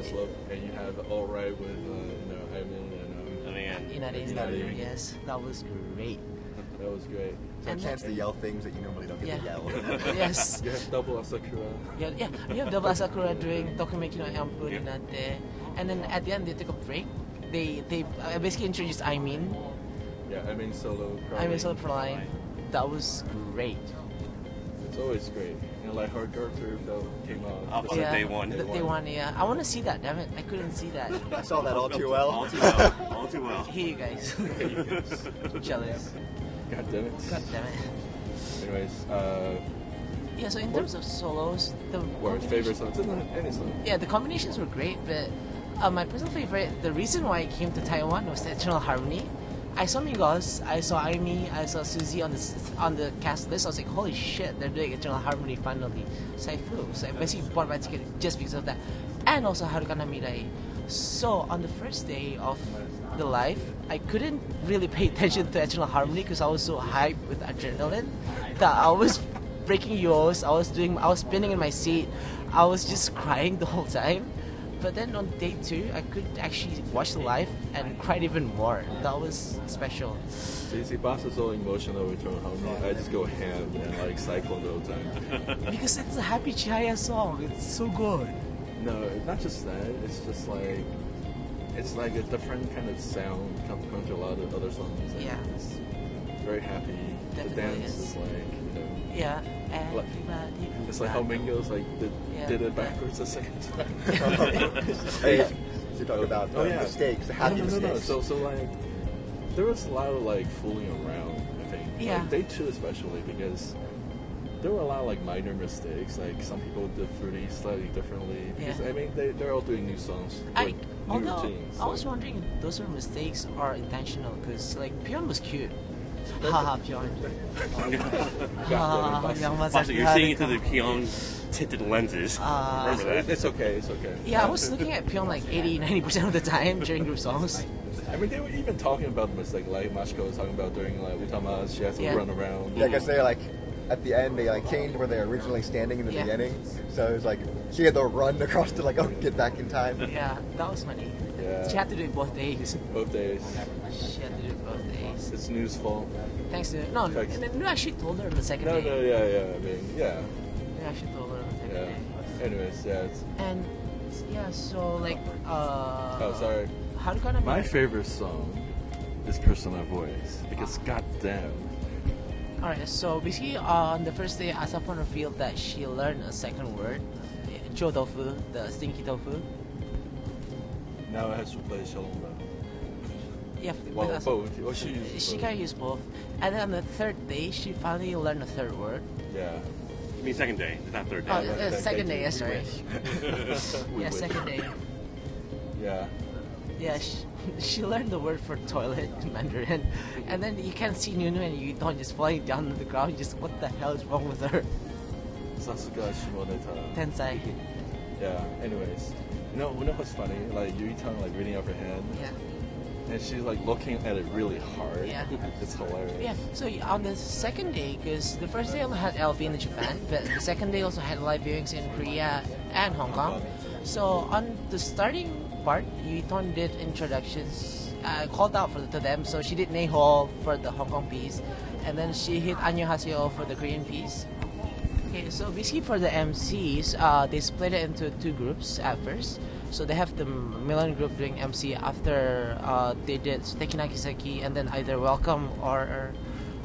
Yes, love. And you have All Right with uh, you know, Emin and I um, mean, Inari, Inari, yes, that was great. that was great. So a And chance to yell things that you normally don't get to Yeah. yell. [laughs] Yes. You have double Asakura. Yeah, yeah, we have Double Asakura doing Tokimeki no Ampuri Nate. And then at the end, they took a break. They they uh, basically introduced I mean. Yeah, I mean solo. I mean, probably. so for line. That was great. It's always great. And like hard Gertrude though came out. Up Oh. on the day one. The day one, yeah. I want to see that, damn it. I couldn't see that. I saw that all [laughs] too all well. too well. [laughs] All too well. Here you guys. Jealous. God damn it. God damn it. Anyways, uh, Yeah, so in terms of solos, the worst combination- favorite song. It's in any song. Yeah, the combinations were great, but uh, my personal favorite, the reason why I came to Taiwan was the Eternal Harmony. I saw Migos, I saw Amy, I saw Suzy on the s- on the cast list. I was like, holy shit, they're doing Eternal Harmony finally. So I flew. So I basically bought my ticket just because of that, and also Harukana Mirai. So on the first day of the live, I couldn't really pay [laughs] attention to Eternal Harmony because I was so hyped with adrenaline that I was breaking yours. I was doing, I was spinning in my seat. I was just crying the whole time. But then on day two, I could actually watch the live and cried even more. That was special. See, see, Boss is all emotional with Tone Harmony. I just go ham and like cycle the whole time. Because it's a happy Chihaya song. It's so good. No, it's not just that. It's just like. It's like a different kind of sound compared to a lot of other songs. and Yeah. It's very happy. Definitely the dance is. is like, you know, Yeah, Look, everybody. it's like how Mingo's like did, Yeah. did it backwards the second time. [laughs] [laughs] Hey, you talk about Oh, uh, yeah. mistakes, the No, happy no, no, no. mistakes. So, so like, there was a lot of like fooling around. I think. Yeah. Like, day two especially because there were a lot of like minor mistakes. Like some people did 3D slightly differently. Because Yeah. I mean, they they're all doing new songs, I, like, new although routines. I was like- wondering if those were mistakes or intentional, because like Pion was [laughs] cute. Haha, Pion. Haha, Pion was Watch it, you're a- seeing it through the Pion's tinted lenses. Ah. Remember that? It's okay. It's okay. Yeah, I was looking at Pion like 80, 90 percent of the time during group songs. I mean, they were even talking about this, like, like Mashko was talking about during like Utama, she has to Yeah. run around. yeah, I guess they like at the end they like changed where they were originally standing in the Yeah. beginning. So it was like she had to run across to like oh get back in time. Yeah, that was funny. Yeah. She had to do it both days. Both days. She had to do it both days. It's news fault. Thanks to no, Thanks. and then no, I actually told her on the second No, day. no, yeah, yeah. I mean, yeah, Yeah, I actually told her on the second yeah. day. Anyways, yeah. It's, And yeah, so like uh. oh, sorry. How do I My favorite song is Persona Voice because goddamn. Alright, so basically uh, on the first day, Asapon revealed that she learned a second word, Cho Tofu, the stinky tofu. Now I have to play Shalomba. Yeah, Well, with Asap- both. Well, she used she both. can use both. And then on the third day, she finally learned a third word. Yeah. I mean, second day, not third day. Oh, yeah, uh, that- second that day, yeah, you sorry. We Yeah, win. second day. Yeah. Yeah, she, [laughs] she learned the word for toilet in Mandarin. And then you can't see Nunu and Yudon just falling down on the ground. Just what the hell is wrong with her? [laughs] Sasuga Shimoneta. Tensai. Yeah. Anyways, you know, you know what's funny? Like Yui Tang like reading off her hand, Yeah. and she's like looking at it really hard. Yeah. [laughs] It's hilarious. Yeah, so y- on the second day, because the first day I had LV in Japan, [laughs] but the second day also had live viewings in Korea and Hong Kong. So on the starting part, Yuiton did introductions, uh, called out for the, to them. So she did Nehol for the Hong Kong piece, and then she hit Annyeonghaseyo for the Korean piece. Okay, so basically for the MCs, uh, they split it into two groups at first. So they have the Milan group doing MC after uh, they did Tekinaki Seki and then either Welcome or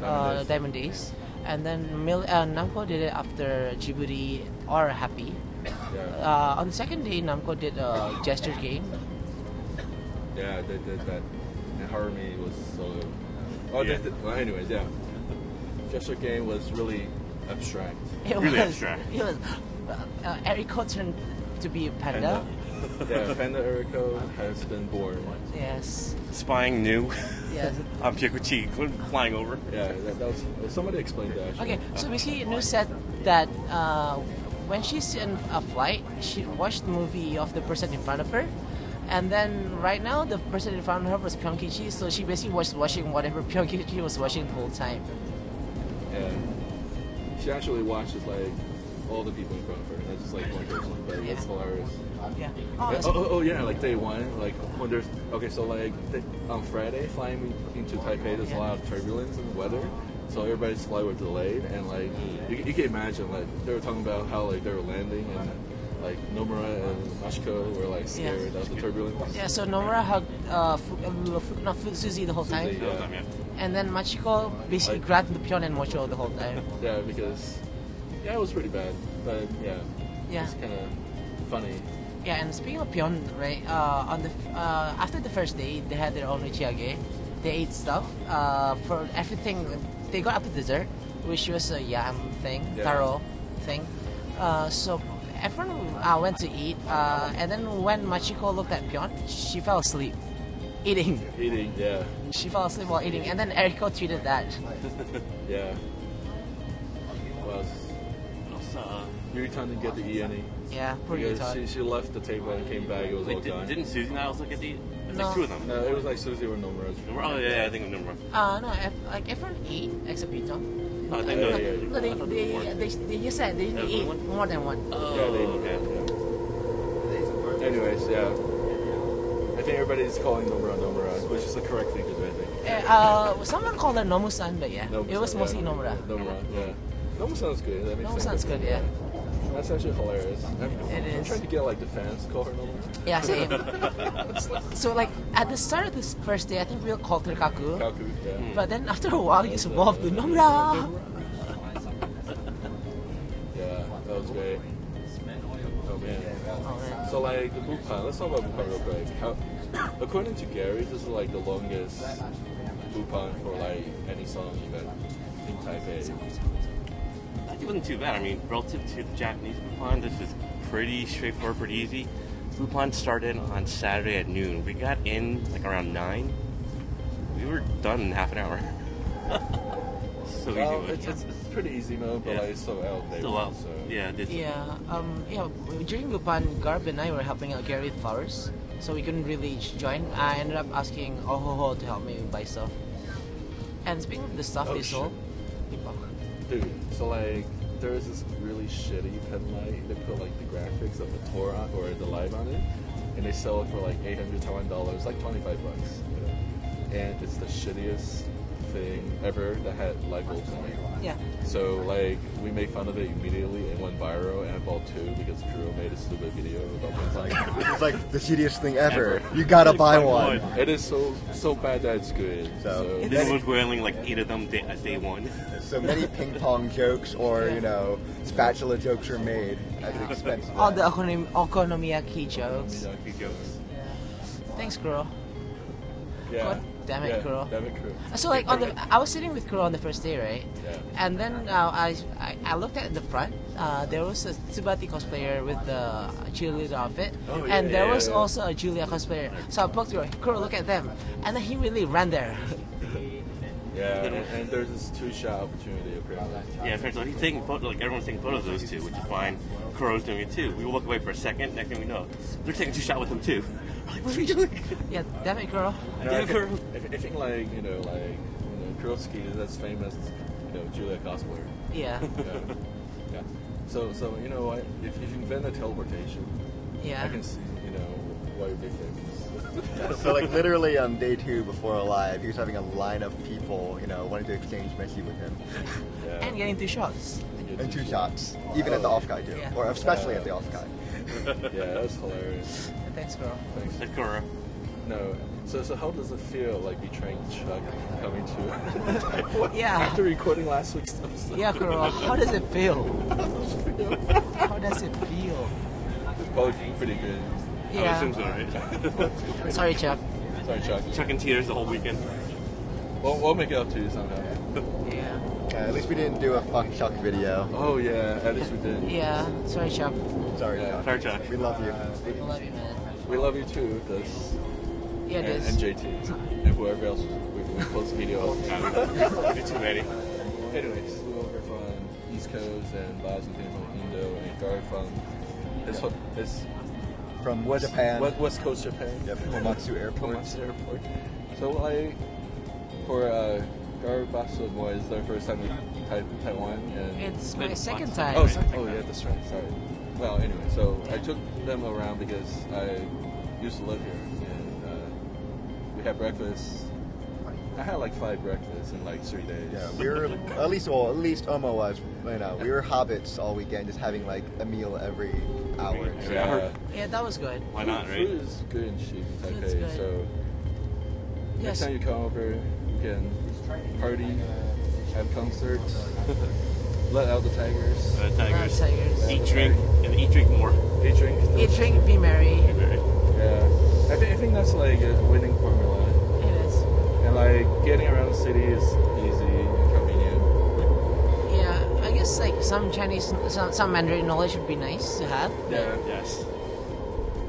uh, Diamond Days. Diamond Days. And then Mil- uh, Namco did it after Djibouti or Happy. Yeah. Uh, on the second day, Namco did a gesture game. [laughs] Yeah, they did that. And Harumi was so. Oh, Yeah. they did, well, anyways, yeah. Gesture game was really abstract. It Really was, abstract. It was, uh, uh, Eriko turned to be a panda. uh, Yeah, Panda Eriko has been born. Yes, Spying new [laughs] yes. on Pikuchi flying over. Yeah, that, that was. Somebody explained that. Actually. Okay, so basically, Nu said that uh, when she's in a flight, she watched the movie of the person in front of her, and then right now the person in front of her was Pyongkichi, so she basically was watching whatever [laughs] Pyongkichi was watching the whole time. Yeah. She actually watches like all the people in front of her. That's just like one person, but Yeah. it's hilarious. Yeah. Oh, Oh, that's- oh, oh, yeah, like day one, like when there's okay, so like th- on Friday flying into Taipei, there's a Yeah. lot of turbulence and weather, so everybody's flight was delayed, and like you, you can imagine, like they were talking about how like they were landing and like Nomura and Mashiko were like Yeah. scared of the turbulence. yeah. So Nomura hugged uh, Fu- uh, Fu- not Fu- Suzy the whole time, Yeah. Um, yeah. and then Machiko basically Like- grabbed the Pion and Mocho the whole time. Yeah, because yeah, it was pretty bad, but yeah, Yeah. it's kind of funny. Yeah, and speaking of Pion, right? Uh, on the f- uh, after the first day, they had their own uchiage. They ate stuff. Uh, for everything, they got up to dessert, which was a yam thing, Yeah. taro thing. Uh, so everyone uh, went to eat, uh, and then when Machiko looked at Pion, she fell asleep eating. [laughs] Eating, yeah, She fell asleep while eating, and then Eriko tweeted that. yeah. Was Also, uh, Yuritan didn't get the E any. Yeah, poor Because Yuta. She, she left the table and came back. It was all wait, gone. did, didn't Susie and I also get the. It's No. like two of them. No, it was like Susie or Nomura's. Oh, yeah, yeah, I think I remember. Uh, no, ev- like everyone ate except Piton. Oh, I think Yeah, no. yeah, No, they, they, they, they just said they Everyone? ate more than one. Oh, Yeah, they- okay. yeah. Anyways, yeah. I think everybody's calling Nomura Nomura, which is the correct thing to do, I think. uh, someone called her Nomu-san, but yeah, Nomura, it was mostly yeah. Nomura. Nomura, yeah. Nomu sounds good. That makes Nomu sense. sounds good, yeah. That's actually hilarious. I'm, It I'm is. trying to get like the fans coordinated. Yeah, same. so like at the start of this first day, I think we were called Kaku, Kaku, yeah. but then after a while, you just evolved to Nomura. Yeah, that was great. Oh man. So like the Bupan, let's talk about Bupan real quick. How, according to Gary, this is like the longest Bupan for like any song event in Taipei. It wasn't too bad. I mean, relative to the Japanese Bupan, this is pretty straightforward, pretty easy. Bupan started on Saturday at noon. We got in like around nine. We were done in half an hour. so easy. Well, was it. it's, it's, it's pretty easy mode, but Yeah. like it's so out there. Still out. So. Yeah, it's Yeah, um, yeah. During Bupan, Garb and I were helping out Gary with flowers, so we couldn't really j- join. I ended up asking Ohoho to help me buy stuff. And speaking of the stuff Oh, they shit. sold, Dude, so like there was this really shitty headlight. They put like the graphics of the tour on or the live on it, and they sell it for like eight hundred Taiwan dollars, like twenty five bucks. You know? And it's the shittiest thing ever that had light bulbs on it. yeah, So like we made fun of it immediately and went viral and I bought two because Drew made a stupid video about my light. [laughs] It's like the shittiest thing ever. You gotta buy one. It is so so bad that it's good. So- So, It's- This was wearing like eight of them day, at day one. So many ping pong jokes or, you know, spatula jokes are made at the expense of all the that. okonomi- okonomiyaki [laughs] jokes. Donkey jokes. Thanks, girl. yeah. God damn it, yeah, girl. Damn it, girl. So like on the, I was sitting with Kuro on the first day, right? Yeah. And then uh, I, I I looked at the front. Uh, there was a Tsubati cosplayer with the cheerleader outfit, Oh, and yeah, there yeah, was yeah. also a Julia cosplayer. So I poked her, Kuro, look at them, and then he really ran there. [laughs] Yeah. And, and there's this two shot opportunity apparently. Yeah, so he's taking photo, like everyone's taking photos of those two, which is fine. Kuro's doing it too. We walk away for a second, next thing we know, they're taking two shots with him too. Like, what are you doing? yeah, damn it, Kuro. You know, I, Yeah, think, girl. I I think like you know like you know, Kurovsky is as famous as you know Julia cosplayer. Yeah, Yeah. yeah. So so you know what? If, if you invent a teleportation, I yeah. can see you know why you're big famous. So, like, literally on day two before Alive, he was having a line of people, you know, wanting to exchange Messi with him. Yeah. And getting two shots. And two shots, even at the off guy, too. Yeah. Or especially at the off guy. Yeah, that's hilarious. Thanks, Kuro. Thanks. That's Kuro. No. So, so how does it feel like betraying Chuck coming to [laughs] [laughs] Yeah. after recording last week's episode? Yeah, Kuro. How does it feel? [laughs] How does it feel? Probably pretty good. I Yeah. assume so, right? Sorry, Chuck. Sorry, Chuck. Chucking tears E. the whole weekend. We'll, we'll make it up to you somehow. Yeah. Uh, at least we didn't do a fuck Chuck video. Oh yeah, at least we did. Yeah. Sorry, Chuck. Sorry, Chuck. Sorry, Chuck. We love you. I love you, man. We love you too, this Yeah, and, it is. and JT and whoever else we, we post video. of. I don't know. It's too many. Anyways, we over from East Coast and Baz came from Indo and Gary from this ho- this From Japan. West, West Coast Japan. Yep, Komatsu Airport. Komatsu Airport. So like for uh, Gary Basso Moy is their first time in Tai- Taiwan and It's my Been second once. time. Oh, so- oh yeah, that's right. Sorry. Well, anyway, so I took them around because I used to live here, and uh, we had breakfast. I had like five breakfasts in like three days. Yeah, we were at least well, at least Omo was. You know, we were hobbits all weekend, just having like a meal every hour. Yeah. Yeah. Yeah, that was good. Why not, right? Food is good and cheap in Food's good. Taipei. So next Yes. time you come over, you can party, have concerts, [laughs] let out the tigers, Uh, Not tigers. tigers. Eat, drink, and eat, drink more. eat, drink. still Eat, cheap. drink, be merry. It Yeah, I think I think that's like a winning formula. is. And like getting around the city is easy and convenient. Yeah, I guess like some Chinese, some, some Mandarin knowledge would be nice to have. Yeah. Yes.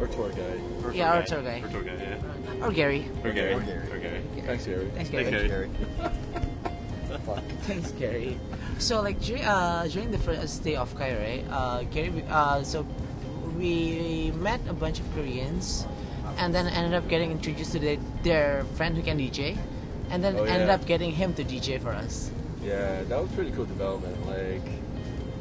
Or tour guide. Or Yeah, or tour tour guide. guide. Or tour guide, yeah. Or Gary. Or Gary. Or Gary. Or Gary. Thanks, Gary. Thanks, Gary. Thank you. Scary. Fuck. Thanks, Gary. So like during, uh, during the first day of Kai, right? Uh, Gary, uh, so we met a bunch of Koreans, and then ended up getting introduced to their, their friend who can DJ, and then Oh, ended yeah. up getting him to DJ for [laughs] us. Yeah, that was pretty cool development. Like,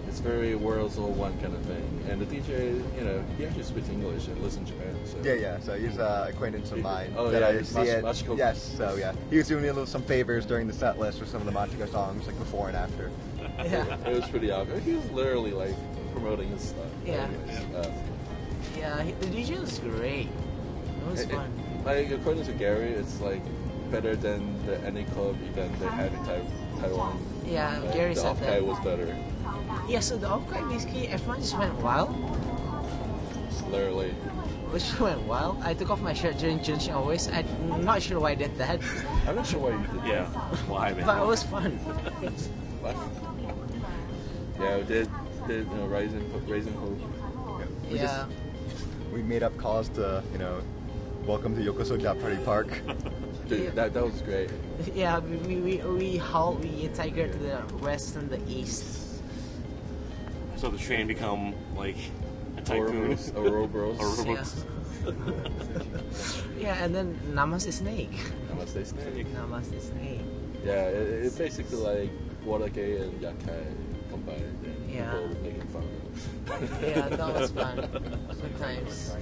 it's very world's all one kind of thing. And the DJ, you know, he actually speaks English and lives in Japan. So. Yeah, yeah. So he's an acquaintance of mine Oh, that yeah, I it's see Mas- it. Machiko. Yes, so yeah, he was doing me a little some favors during the set list for some of the Machiko songs, like before and after. Yeah. It was pretty obvious. He was literally like promoting his stuff. Yeah. Uh, Yeah, he, the DJ was great. It was It- it- fun. like according to Gary, it's like better than the any club event they had in Tai- Taiwan. Yeah, Like, Gary the said off-guy that. was better. Yeah, so the offcut basically everyone just went wild. Literally, Which [laughs] went wild. I took off my shirt during Junshi always. I'm not sure why I did that, [laughs] I'm not sure why you did. that. Yeah. Why, man? but it was fun. Yeah, we did did uh, Rising Rising Hope. [laughs] We yeah. [laughs] just- We made up calls to, you know, welcome to Yokosuka Party Park. [laughs] Dude, that that was great. Yeah, we, we, we, we hauled the tiger to the west and the east. So the train become like a tycoon. Ouroboros, [laughs] Ouroboros. Ouroboros. Yeah. [laughs] yeah, and then Namaste Snake. Unless they snake. Namaste Snake. Yeah, it, it- it's basically like Watergate and Yakai combined. And Yeah. People making fun of it. Yeah, that was fun. Good times.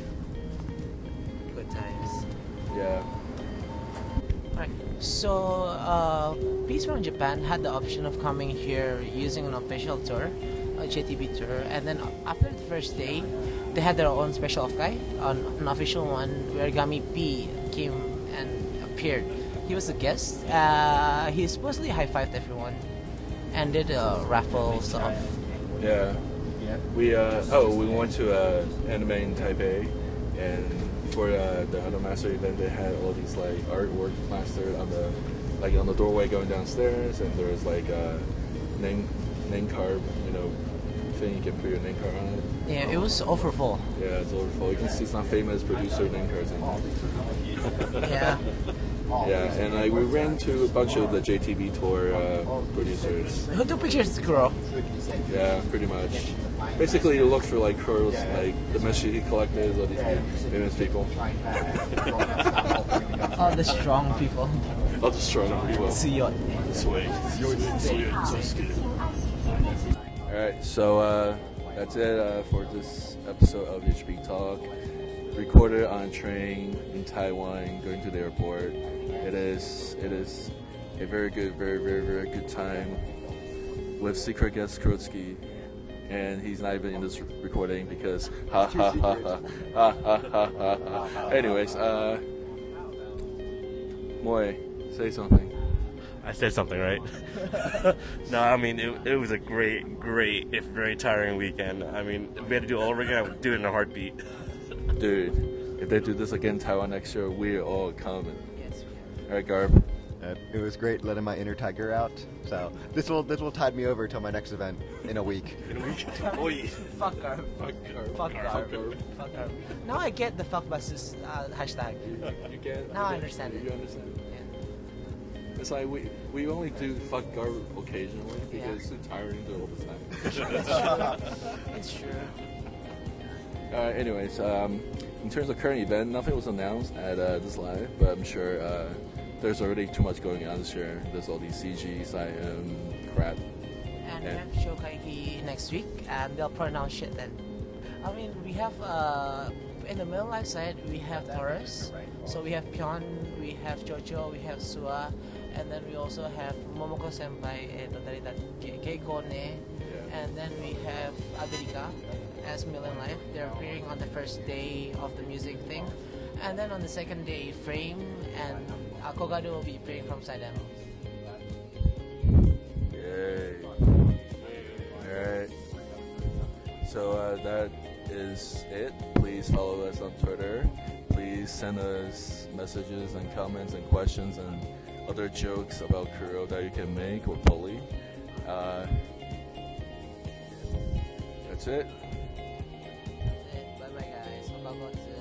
Good times. Yeah. Alright, so uh, Peace Round Japan had the option of coming here using an official tour, a JTB tour, and then after the first day, they had their own special offkai, an, an official one where Gami P came and appeared. He was a guest. Uh, he supposedly high fived everyone and did uh, a raffle stuff. Yeah. Yeah. We uh oh we went to uh anime in Taipei and for uh, the Idol Master event they had all these like artwork plastered on the like on the doorway going downstairs and there was like a name name card, you know, thing you can put your name card on it. Yeah, it was overfull. Yeah, it's overfull. You can see some famous producer name cards in there. [laughs] Yeah. Yeah, and like we ran to a bunch of the JTB tour uh, producers. Who took pictures, Kuro? Yeah, pretty much. Basically, you look for like crows, like the message he collected, all these famous people. All the strong [laughs] people. I'll just try to people. Tsuyote. All right, so uh, that's it uh, for this episode of HB Talk. Recorded on a train in Taiwan, going to the airport. It is it is a very good, very very very good time with secret guest Krotsky, and he's not even in this recording because ha ha ha ha ha ha ha ha. ha. Anyways, uh, Moy, say something. I said something, right? [laughs] no, I mean it, it was a great, great, if very tiring weekend. I mean, if we had to do it all over again. I would do it in a heartbeat. Dude, if they do this again in Taiwan next year, we're all coming. Yes, we have. All right, Garb. Uh, it was great letting my inner tiger out. So this will this will tide me over till my next event in a week. In a week. Oh, yeah. Fuck Garb. Fuck Garb. Fuck Garb. Fuck Garb. Now I get the fuck buses uh, hashtag. You get. Now I understand it. You understand. Yeah. It's like we we only do fuck Garb occasionally because Yeah. it's too tiring to do it all the time. [laughs] It's true. Uh, anyways, um, in terms of current event, nothing was announced at uh, this live, but I'm sure uh, there's already too much going on this year. There's all these CG, CIM crap. And Yeah. we have Shokaiki next week, and they'll pronounce shit then. I mean, we have uh, in the middle life side we have Taurus, so we have Pion, we have Jojo, we have Sua, and then we also have Momoko Senpai and Notarita Ke- Keiko Ne, Yeah. and then we have America as Million Life. They're appearing on the first day of the music thing, and then on the second day, Frame and Akogado will be appearing from Sidemo. Yay. Alright. So uh, that is it. Please follow us on Twitter. Please send us messages and comments and questions and other jokes about Kuro that you can make or Polly. Uh, that's it. Bye bye guys. Hope I got to-